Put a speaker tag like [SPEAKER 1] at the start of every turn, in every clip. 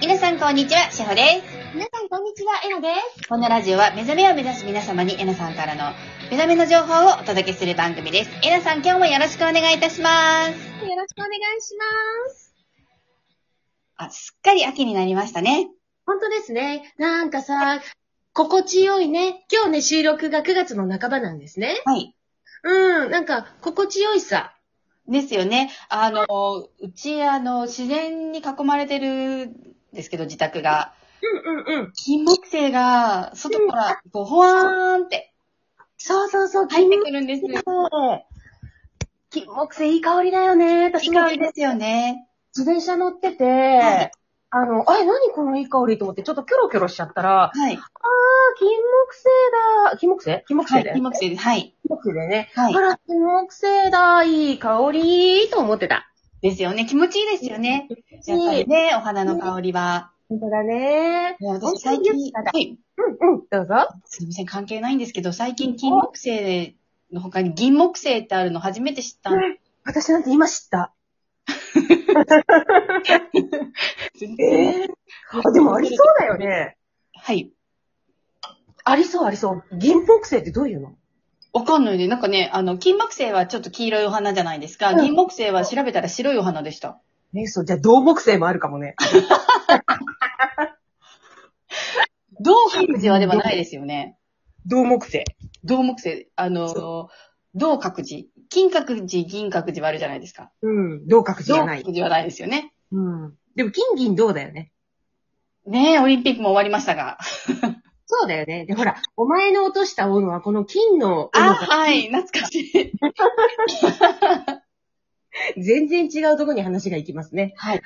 [SPEAKER 1] 皆さんこんにちは、しほです。
[SPEAKER 2] 皆さん、こんにちは。えなです。
[SPEAKER 1] このラジオは目覚めを目指す皆様にえなさんからの目覚めの情報をお届けする番組です。えなさん今日もよろしくお願いいたします。
[SPEAKER 2] よろしくお願いします。
[SPEAKER 1] あ、すっかり秋になりましたね。
[SPEAKER 2] 本当ですね。なんかさ、心地よいね。今日ね、収録が9月の半ばなんですね。
[SPEAKER 1] はい。
[SPEAKER 2] うん、なんか、心地よいさ。
[SPEAKER 1] ですよね。あの、うち、あの、自然に囲まれてるんですけど、自宅が。
[SPEAKER 2] うんうんうん。
[SPEAKER 1] 金木犀が、外から、こう、ほわーんって
[SPEAKER 2] そうそうそう、
[SPEAKER 1] 入
[SPEAKER 2] 金
[SPEAKER 1] って
[SPEAKER 2] 木
[SPEAKER 1] くるんです。
[SPEAKER 2] 犀。金木犀いい香りだよね。
[SPEAKER 1] い
[SPEAKER 2] 私
[SPEAKER 1] い
[SPEAKER 2] も
[SPEAKER 1] 香りですよね。
[SPEAKER 2] 自転車乗ってて、
[SPEAKER 1] はい
[SPEAKER 2] あの、あれ、何このいい香りと思って、ちょっとキョロキョロしちゃったら、
[SPEAKER 1] は
[SPEAKER 2] あ
[SPEAKER 1] い。
[SPEAKER 2] ー、金木犀だ。金木犀金木
[SPEAKER 1] はい。
[SPEAKER 2] 犀だよ
[SPEAKER 1] 金
[SPEAKER 2] ね。
[SPEAKER 1] 木犀です。はい。
[SPEAKER 2] 金木犀だよね。
[SPEAKER 1] は
[SPEAKER 2] あ
[SPEAKER 1] い。
[SPEAKER 2] ら、金木犀だ。いい香りと思ってた。
[SPEAKER 1] ですよね。気持ちいいですよね。
[SPEAKER 2] 気
[SPEAKER 1] やっ
[SPEAKER 2] 持
[SPEAKER 1] ぱ
[SPEAKER 2] ちい
[SPEAKER 1] り
[SPEAKER 2] い
[SPEAKER 1] ね、お花の香りは。
[SPEAKER 2] 本当だね。
[SPEAKER 1] もう私最近、
[SPEAKER 2] 本当に
[SPEAKER 1] はい。
[SPEAKER 2] うんうん、どうぞ。
[SPEAKER 1] すみません、関係ないんですけど、最近金木犀の他に銀木犀ってあるの初めて知ったんで
[SPEAKER 2] 私なんて今知った。
[SPEAKER 1] す。全然
[SPEAKER 2] ええあ、でもありそうだよね。
[SPEAKER 1] はい。
[SPEAKER 2] ありそうありそう。銀木星ってどういうの
[SPEAKER 1] わかんないね。なんかね、あの、金木犀はちょっと黄色いお花じゃないですか。
[SPEAKER 2] うん
[SPEAKER 1] 銀木犀は調べたら白いお花でした。
[SPEAKER 2] ね、そう、じゃあ銅木星もあるか もね。
[SPEAKER 1] 銅白寺はではないですよね。
[SPEAKER 2] 銅木星。
[SPEAKER 1] 銅木犀。あの、銅角寺。金閣寺、銀閣寺はあるじゃないですか。
[SPEAKER 2] うん、銅閣寺じ
[SPEAKER 1] 銅
[SPEAKER 2] ゃない
[SPEAKER 1] 閣。寺はないですよね。
[SPEAKER 2] うん。でも金銀銅だよね。
[SPEAKER 1] ねえ、オリンピックも終わりましたが。
[SPEAKER 2] そうだよね。で、ほら、お前の落とした斧はこの金の斧
[SPEAKER 1] あ、
[SPEAKER 2] が
[SPEAKER 1] はい、懐かしい。
[SPEAKER 2] 全然違うとこに話が行きますね。
[SPEAKER 1] はい。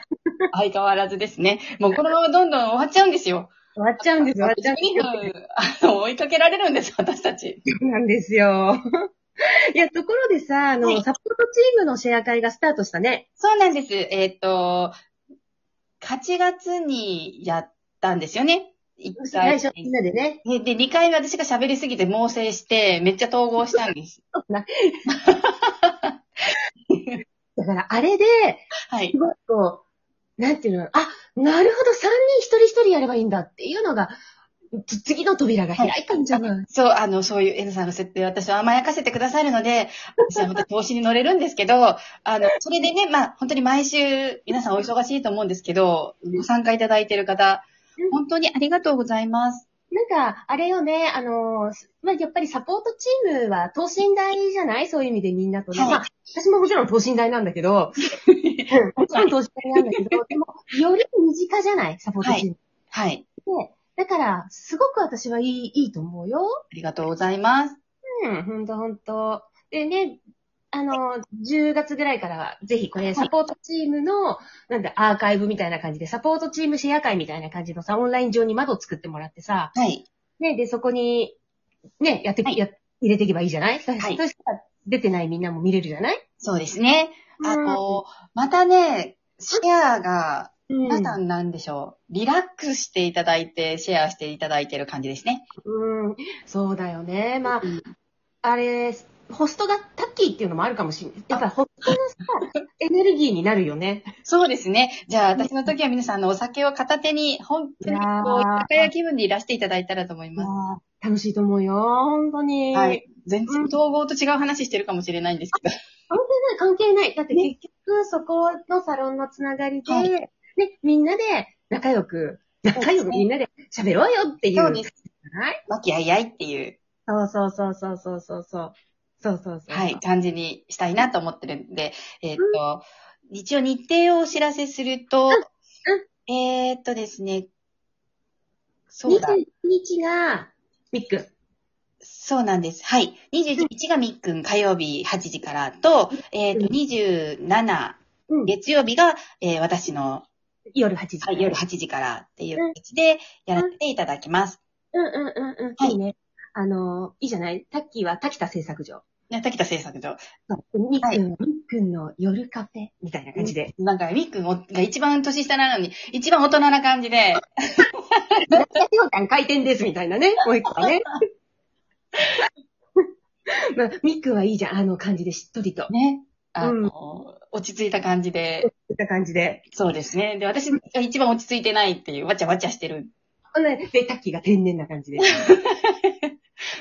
[SPEAKER 1] 相変わらずですね。もうこのままどんどん終わっちゃうんですよ。
[SPEAKER 2] 終わっちゃうんですよ。終わっちゃうんです
[SPEAKER 1] 12分、
[SPEAKER 2] よ。
[SPEAKER 1] あの、追いかけられるんです、私たち。
[SPEAKER 2] そうなんですよ。 いや、ところでさ、あの、
[SPEAKER 1] はい
[SPEAKER 2] サポートチームのシェア会がスタートしたね。
[SPEAKER 1] そうなんです。えっ、と、8月にやったんですよね。1
[SPEAKER 2] 最
[SPEAKER 1] 回。
[SPEAKER 2] 初みんなでね。
[SPEAKER 1] で、で2回目私が喋りすぎて猛省して、めっちゃ統合したん です。
[SPEAKER 2] だから、あれで、
[SPEAKER 1] はい
[SPEAKER 2] す。ごいこう、なんていうの、あ、なるほど、3人一人一人やればいいんだっていうのが、つ次の扉が開いたんじゃない、
[SPEAKER 1] そう、あの、そういう N さんの設定、私を甘やかせてくださるので、私はまた投資に乗れるんですけど、あの、それでね、まあ、本当に毎週、皆さんお忙しいと思うんですけど、ご参加いただいている方、本当にありがとうございます。
[SPEAKER 2] なんか、あれよね、あのー、すまあ、やっぱりサポートチームは等身大じゃないそういう意味でみんなとね。
[SPEAKER 1] はい
[SPEAKER 2] まあ、私ももちろん等身大なんだ けど、うんもちろん等身大なんだけど、でも、より身近じゃないサポートチーム。
[SPEAKER 1] はい。
[SPEAKER 2] だから、すごく私はいい、いいと思うよ。
[SPEAKER 1] ありがとうございます。
[SPEAKER 2] うん、ほんとほんと。でね、あの、10月ぐらいからは、ぜひこれ、
[SPEAKER 1] い
[SPEAKER 2] サポートチームの、なんだ、アーカイブみたいな感じで、サポートチームシェア会みたいな感じのさ、オンライン上に窓を作ってもらってさ、
[SPEAKER 1] はい。
[SPEAKER 2] ね、で、そこに、ね、やって、
[SPEAKER 1] はい
[SPEAKER 2] や、入れていけばいいじゃないそ
[SPEAKER 1] はい
[SPEAKER 2] そしたら、出てないみんなも見れるじゃない
[SPEAKER 1] そうですね。あ
[SPEAKER 2] うん
[SPEAKER 1] の、またね、シェアが、
[SPEAKER 2] うん
[SPEAKER 1] 皆さんなんでしょう、リラックスしていただいて、シェアしていただいてる感じですね。
[SPEAKER 2] うん、そうだよね。まあ、あれ、ホストがタッキーっていうのもあるかもしれない。やっぱりホストのさ、エネルギーになるよね。
[SPEAKER 1] そうですね。じゃあ、私の時は皆さんあのお酒を片手に、本当に
[SPEAKER 2] いやー
[SPEAKER 1] こう、居酒屋気分でいらしていただいたらと思います。
[SPEAKER 2] あー楽しいと思うよ、本当に。
[SPEAKER 1] はい。全然統合と違う話してるかもしれないんですけど。
[SPEAKER 2] 関係ない。だって結局、そこのサロンのつながりで、
[SPEAKER 1] はい
[SPEAKER 2] ね、みんなで仲良く、
[SPEAKER 1] すね
[SPEAKER 2] 仲良くみんなで喋ろうよっていう。。
[SPEAKER 1] そうですす。和気あいあいっていう、
[SPEAKER 2] そうそうそうそうそうそうそう。そうそうそう。
[SPEAKER 1] はい、。感じにしたいなと思ってるんで、えーっと、一応日程をお知らせすると、えーっとですね、そうだ、
[SPEAKER 2] 21日が、みっくん。
[SPEAKER 1] そうなんです。はい。21日がみっくん火曜日8時からと、えーっと、
[SPEAKER 2] う
[SPEAKER 1] 27、
[SPEAKER 2] うん
[SPEAKER 1] 月曜日が、えー私の、
[SPEAKER 2] 夜8時。
[SPEAKER 1] はい夜8時からっていう形でやらせていただきます。
[SPEAKER 2] うんうんうんうん。
[SPEAKER 1] はい
[SPEAKER 2] いいね。あの、いいじゃないタッキーは滝田製作所。
[SPEAKER 1] ね、滝田製作所。
[SPEAKER 2] みっくん、みっくんの夜カフェみたいな感じで。
[SPEAKER 1] なんか、みっくんが一番年下なのに、一番大人な感じで、
[SPEAKER 2] ようたん回転ですみたいな ね。もう一個はね。まあ、みっくんはいいじゃん。あの感じでしっとりと。
[SPEAKER 1] ね。あの、
[SPEAKER 2] う
[SPEAKER 1] 落ち着いた感じで、
[SPEAKER 2] いった感じで。
[SPEAKER 1] そうですね。で、私が一番落ち着いてないっていう、わちゃわちゃしてる。
[SPEAKER 2] ねで、タッキーが天然な感じ で。あ、そう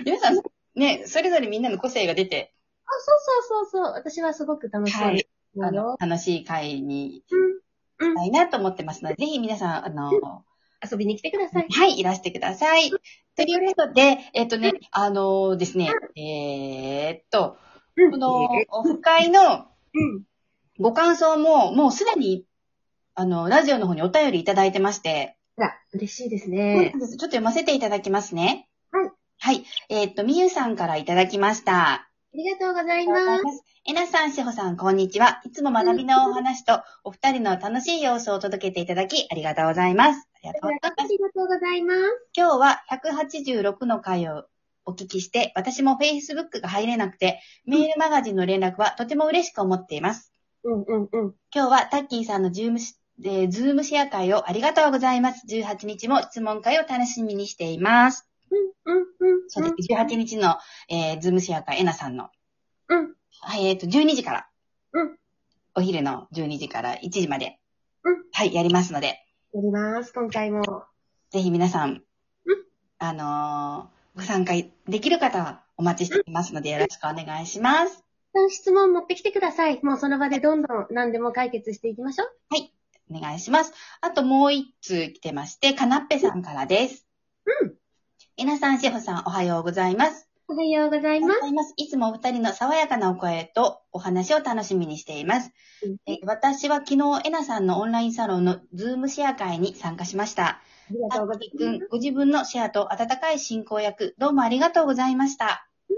[SPEAKER 1] 皆さん、ね、それぞれみんなの個性が出て、
[SPEAKER 2] そうそうそう。私はすごく楽し
[SPEAKER 1] はい
[SPEAKER 2] い。
[SPEAKER 1] あの、楽しい会に
[SPEAKER 2] うん。う。
[SPEAKER 1] なんいなと思ってますので、ぜひ皆さん、あの、
[SPEAKER 2] 遊びに来てください。
[SPEAKER 1] はい、いらしてください。ということで、えっとね、あのですね、えーっと、
[SPEAKER 2] うん
[SPEAKER 1] このオフ会の
[SPEAKER 2] うん。
[SPEAKER 1] ご感想も、もうすでに、あの、ラジオの方にお便りいただいてまして、
[SPEAKER 2] あら、嬉しいです
[SPEAKER 1] そうな
[SPEAKER 2] ね
[SPEAKER 1] ん。ですちょっと読ませていただきますね。
[SPEAKER 2] はい。
[SPEAKER 1] はい。えーっと、みゆさんからいただきました。
[SPEAKER 2] ありがとうござい
[SPEAKER 1] ありがとうご
[SPEAKER 2] ま
[SPEAKER 1] ざい
[SPEAKER 2] す。
[SPEAKER 1] ます。えなさん、しほさん、こんにちは。いつも学びのお話と、お二人の楽しい様子を届けていただき、ありがとうございます。ありがとうございます。
[SPEAKER 2] ありがとうございます。
[SPEAKER 1] 今日は186の回をお聞きして、私も Facebook が入れなくて、メールマガジンの連絡はとても嬉しく思っています。
[SPEAKER 2] うんうんうん。
[SPEAKER 1] 今日はタッキーさんのズームし、えーズームシェア会をありがとうございます。18日も質問会を楽しみにしています。
[SPEAKER 2] うんうん。
[SPEAKER 1] そうです。18日の、えーズームシェア会、エナさんの。
[SPEAKER 2] うん。
[SPEAKER 1] はい、えっ、と、12時から。
[SPEAKER 2] うん。
[SPEAKER 1] お昼の12時から1時まで。
[SPEAKER 2] うん。
[SPEAKER 1] はい、やりますので、
[SPEAKER 2] やります、今回も。
[SPEAKER 1] ぜひ皆さん、
[SPEAKER 2] うん
[SPEAKER 1] あのーご参加できる方はお待ちしていますので、よろしくお願いします。
[SPEAKER 2] 質問持ってきてください。もうその場でどんどん何でも解決していきましょう。
[SPEAKER 1] お願いします。あともう一通来てまして、かなっぺさんからです。
[SPEAKER 2] うん。
[SPEAKER 1] えなさん、しほさん、おはようございます。
[SPEAKER 2] おはようござい
[SPEAKER 1] おはよう
[SPEAKER 2] ます。
[SPEAKER 1] ございます。いつもお二人の爽やかなお声とお話を楽しみにしています。えー私は昨日、えなさんのオンラインサロンのズームシェア会に参加しました。
[SPEAKER 2] ありが
[SPEAKER 1] あ
[SPEAKER 2] とうご
[SPEAKER 1] っ
[SPEAKER 2] ざい
[SPEAKER 1] きくん
[SPEAKER 2] ます。
[SPEAKER 1] ご自分のシェアと温かい進行役、どうもありがとうございました。
[SPEAKER 2] う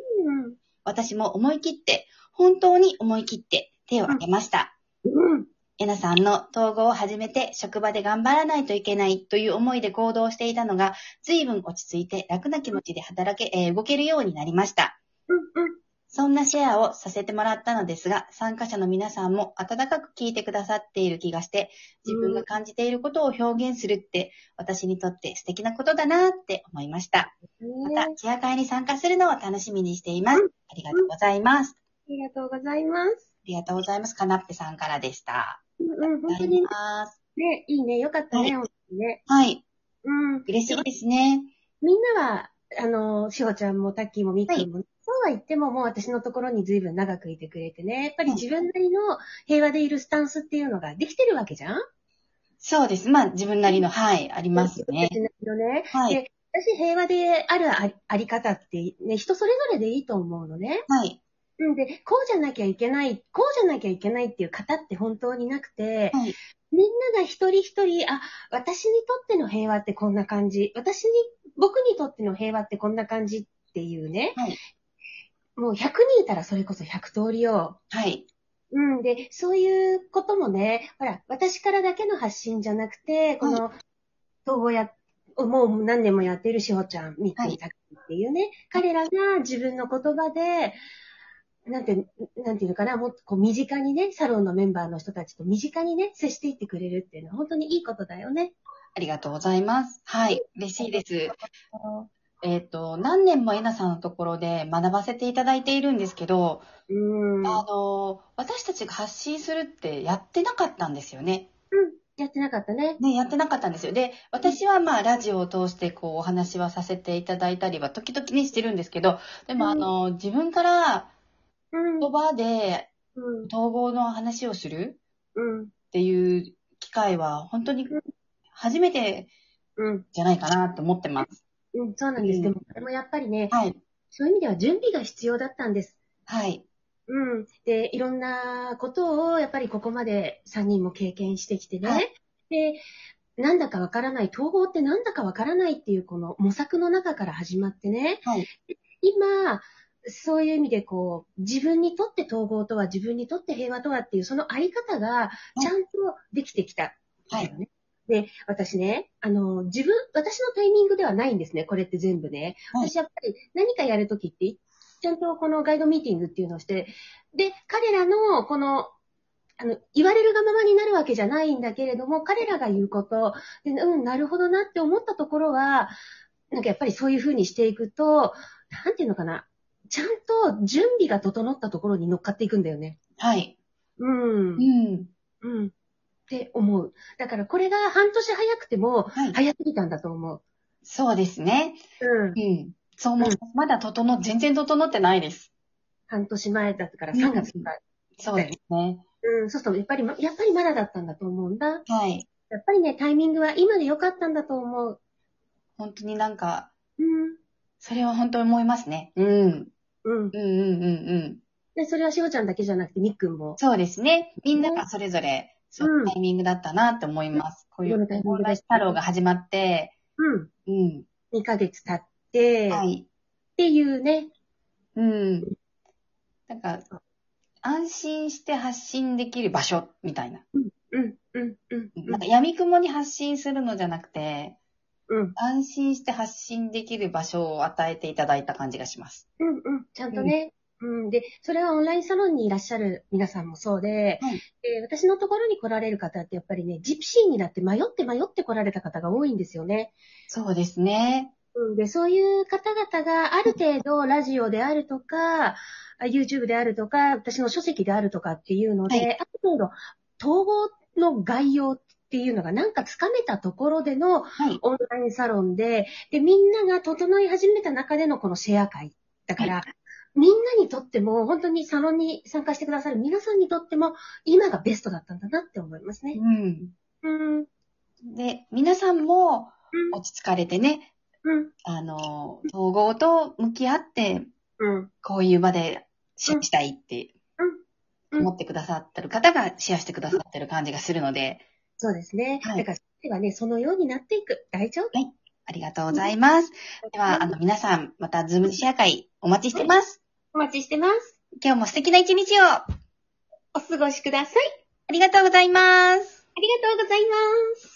[SPEAKER 2] ん
[SPEAKER 1] 私も思い切って、本当に思い切って手を挙げました。
[SPEAKER 2] うん。
[SPEAKER 1] えなさんの統合を始めて職場で頑張らないといけないという思いで行動していたのが、随分落ち着いて楽な気持ちで働け、えー動けるようになりました。
[SPEAKER 2] うんうん。
[SPEAKER 1] そんなシェアをさせてもらったのですが、参加者の皆さんも温かく聞いてくださっている気がして、自分が感じていることを表現するって、私にとって素敵なことだなって思いました。ま
[SPEAKER 2] ねえ
[SPEAKER 1] た、チェア会に参加するのを楽しみにしています。ありがとうございます。
[SPEAKER 2] ありがとうございます。
[SPEAKER 1] ありがとうございます。かなっぺさんからでした。
[SPEAKER 2] うんうん。本当
[SPEAKER 1] あり
[SPEAKER 2] に
[SPEAKER 1] がとうございます
[SPEAKER 2] ね、いいね。よかったね。本当にね。
[SPEAKER 1] はい。
[SPEAKER 2] うん。
[SPEAKER 1] 嬉しいですね。
[SPEAKER 2] みんなは、あの、しほちゃんもタッキーもみっきーも、そうは言っても、もう私のところに随分長くいてくれてね。やっぱり自分なりの平和でいるスタンスっていうのができてるわけじゃん
[SPEAKER 1] そうです。まあ、自分なりの、はい、ありますね。
[SPEAKER 2] 私なりのね。
[SPEAKER 1] はい。
[SPEAKER 2] で私、平和であるありあり方って、ね、人それぞれでいいと思うのね。
[SPEAKER 1] はい。
[SPEAKER 2] うんで、こうじゃなきゃいけない、こうじゃなきゃいけないっていう方って本当になくて、
[SPEAKER 1] はい
[SPEAKER 2] みんなが一人一人、あ、私にとっての平和ってこんな感じ、私に、僕にとっての平和ってこんな感じっていうね、
[SPEAKER 1] はい
[SPEAKER 2] もう100人いたらそれこそ100通りよ。
[SPEAKER 1] はい。
[SPEAKER 2] うんで、そういうこともね、ほら、私からだけの発信じゃなくて、この、統合や、もう何年もやってるしほちゃん、みっ
[SPEAKER 1] はい
[SPEAKER 2] たくっていうね、彼らが自分の言葉で、なんて、なんていうのかな、もっとこう身近にね、サロンのメンバーの人たちと身近にね、接していってくれるっていうのは本当にいいことだよね。
[SPEAKER 1] ありがとうございます。はい。嬉しいです。えっ、と、何年もえなさんのところで学ばせていただいているんですけど、
[SPEAKER 2] うん。
[SPEAKER 1] あの、私たちが発信するってやってなかったんですよね。
[SPEAKER 2] やってなかったね。
[SPEAKER 1] ね、やってなかったんですよ。で、私はまあ、ラジオを通して、こう、お話はさせていただいたりは、時々にしてるんですけど、でも、
[SPEAKER 2] うん
[SPEAKER 1] あの、自分から
[SPEAKER 2] うん。
[SPEAKER 1] 言葉で
[SPEAKER 2] うん。
[SPEAKER 1] 統合の話をする
[SPEAKER 2] うん。
[SPEAKER 1] っていう機会は、本当に初めて
[SPEAKER 2] うん。
[SPEAKER 1] じゃないかなと思ってます。
[SPEAKER 2] うん。そうなんです。
[SPEAKER 1] うん
[SPEAKER 2] でも、これもやっぱりね、
[SPEAKER 1] はい。
[SPEAKER 2] そういう意味では準備が必要だったんです。
[SPEAKER 1] はい。
[SPEAKER 2] うん。で、いろんなことを、やっぱりここまで3人も経験してきてね。
[SPEAKER 1] は
[SPEAKER 2] で、なんだかわからない、統合ってなんだかわからないっていうこの模索の中から始まってね。
[SPEAKER 1] はい
[SPEAKER 2] 今、そういう意味でこう、自分にとって統合とは、自分にとって平和とはっていう、そのあり方が、
[SPEAKER 1] い
[SPEAKER 2] ちゃんとできてきた。
[SPEAKER 1] はい。
[SPEAKER 2] で、私ね、あの、自分、私のタイミングではないんですね、これって全部ね。
[SPEAKER 1] はい
[SPEAKER 2] 私やっぱり何かやるときって、ちゃんとこのガイドミーティングっていうのをして、で、彼らのこの、あの、言われるがままになるわけじゃないんだけれども、彼らが言うこと、でうん、なるほどなって思ったところは、なんかやっぱりそういうふうにしていくと、なんていうのかな、ちゃんと準備が整ったところに乗っかっていくんだよね。
[SPEAKER 1] はい。
[SPEAKER 2] うん
[SPEAKER 1] う。ん。
[SPEAKER 2] うん。って思う。だからこれが半年早くても、
[SPEAKER 1] はい
[SPEAKER 2] 早すぎたんだと思う。
[SPEAKER 1] そうですね。
[SPEAKER 2] うん。
[SPEAKER 1] うん。そう思う
[SPEAKER 2] うん。
[SPEAKER 1] まだ整っ、全然整ってないです。
[SPEAKER 2] 半年前だったから3月から。
[SPEAKER 1] そうですね。
[SPEAKER 2] うん、そうすると、やっぱりま、やっぱりまだだったんだと思うんだ。や
[SPEAKER 1] はい。
[SPEAKER 2] っぱりね、タイミングは今で良かったんだと思う。
[SPEAKER 1] 本当になんか、
[SPEAKER 2] うん。
[SPEAKER 1] それは本当に思いますね。うん。
[SPEAKER 2] う
[SPEAKER 1] うんう
[SPEAKER 2] ん。
[SPEAKER 1] んうんうん。
[SPEAKER 2] で、それはしおちゃんだけじゃなくて、みっくんも。
[SPEAKER 1] そうですね。みんながそれぞれ、そううんタイミングだったなって思います。こうい
[SPEAKER 2] どの
[SPEAKER 1] う、
[SPEAKER 2] タイミン
[SPEAKER 1] オン
[SPEAKER 2] グ
[SPEAKER 1] ラ
[SPEAKER 2] だ
[SPEAKER 1] イ
[SPEAKER 2] っ
[SPEAKER 1] ン
[SPEAKER 2] た
[SPEAKER 1] 太郎が始まって、
[SPEAKER 2] うん。
[SPEAKER 1] うん。
[SPEAKER 2] 2ヶ月経って、
[SPEAKER 1] は
[SPEAKER 2] っ
[SPEAKER 1] い。
[SPEAKER 2] ていうね。
[SPEAKER 1] うん。なんか、安心して発信できる場所みたいな。
[SPEAKER 2] うん、うん、うん、
[SPEAKER 1] なんか闇雲に発信するのじゃなくて、
[SPEAKER 2] うん、
[SPEAKER 1] 安心して発信できる場所を与えていただいた感じがします。
[SPEAKER 2] うん、うん。ちゃんとね。うん、で、それはオンラインサロンにいらっしゃる皆さんもそうで、
[SPEAKER 1] はい
[SPEAKER 2] で私のところに来られる方ってやっぱりね、ジプシーになって迷って迷って来られた方が多いんですよね。
[SPEAKER 1] そうですね。
[SPEAKER 2] うん、で、そういう方々がある程度ラジオであるとか、あ YouTube であるとか、私の書籍であるとかっていうので、
[SPEAKER 1] は
[SPEAKER 2] ある程度統合の概要っていうのがなんかつかめたところでの
[SPEAKER 1] はい。
[SPEAKER 2] オンラインサロンで、で、みんなが整い始めた中でのこのシェア会。だから、みんなにとっても、本当にサロンに参加してくださる皆さんにとっても、今がベストだったんだなって思いますね。
[SPEAKER 1] うん。
[SPEAKER 2] うん。うん。
[SPEAKER 1] で、皆さんも落ち着かれてね、
[SPEAKER 2] うん。
[SPEAKER 1] あの、統合と向き合って、
[SPEAKER 2] うん。
[SPEAKER 1] こういう場でシェアしたいって
[SPEAKER 2] うん
[SPEAKER 1] 思ってくださってる方がシェアしてくださってる感じがするので、
[SPEAKER 2] そうですね。
[SPEAKER 1] はい
[SPEAKER 2] だから、それはね、そのようになっていく。大丈夫。
[SPEAKER 1] ありがとうございます。では、あの、皆さん、またズームシェア会お待ちしてます。
[SPEAKER 2] お待ちしてます。
[SPEAKER 1] 今日も素敵な一日をあ
[SPEAKER 2] お過ごしください。
[SPEAKER 1] りがとうございます。
[SPEAKER 2] ありがとうございます。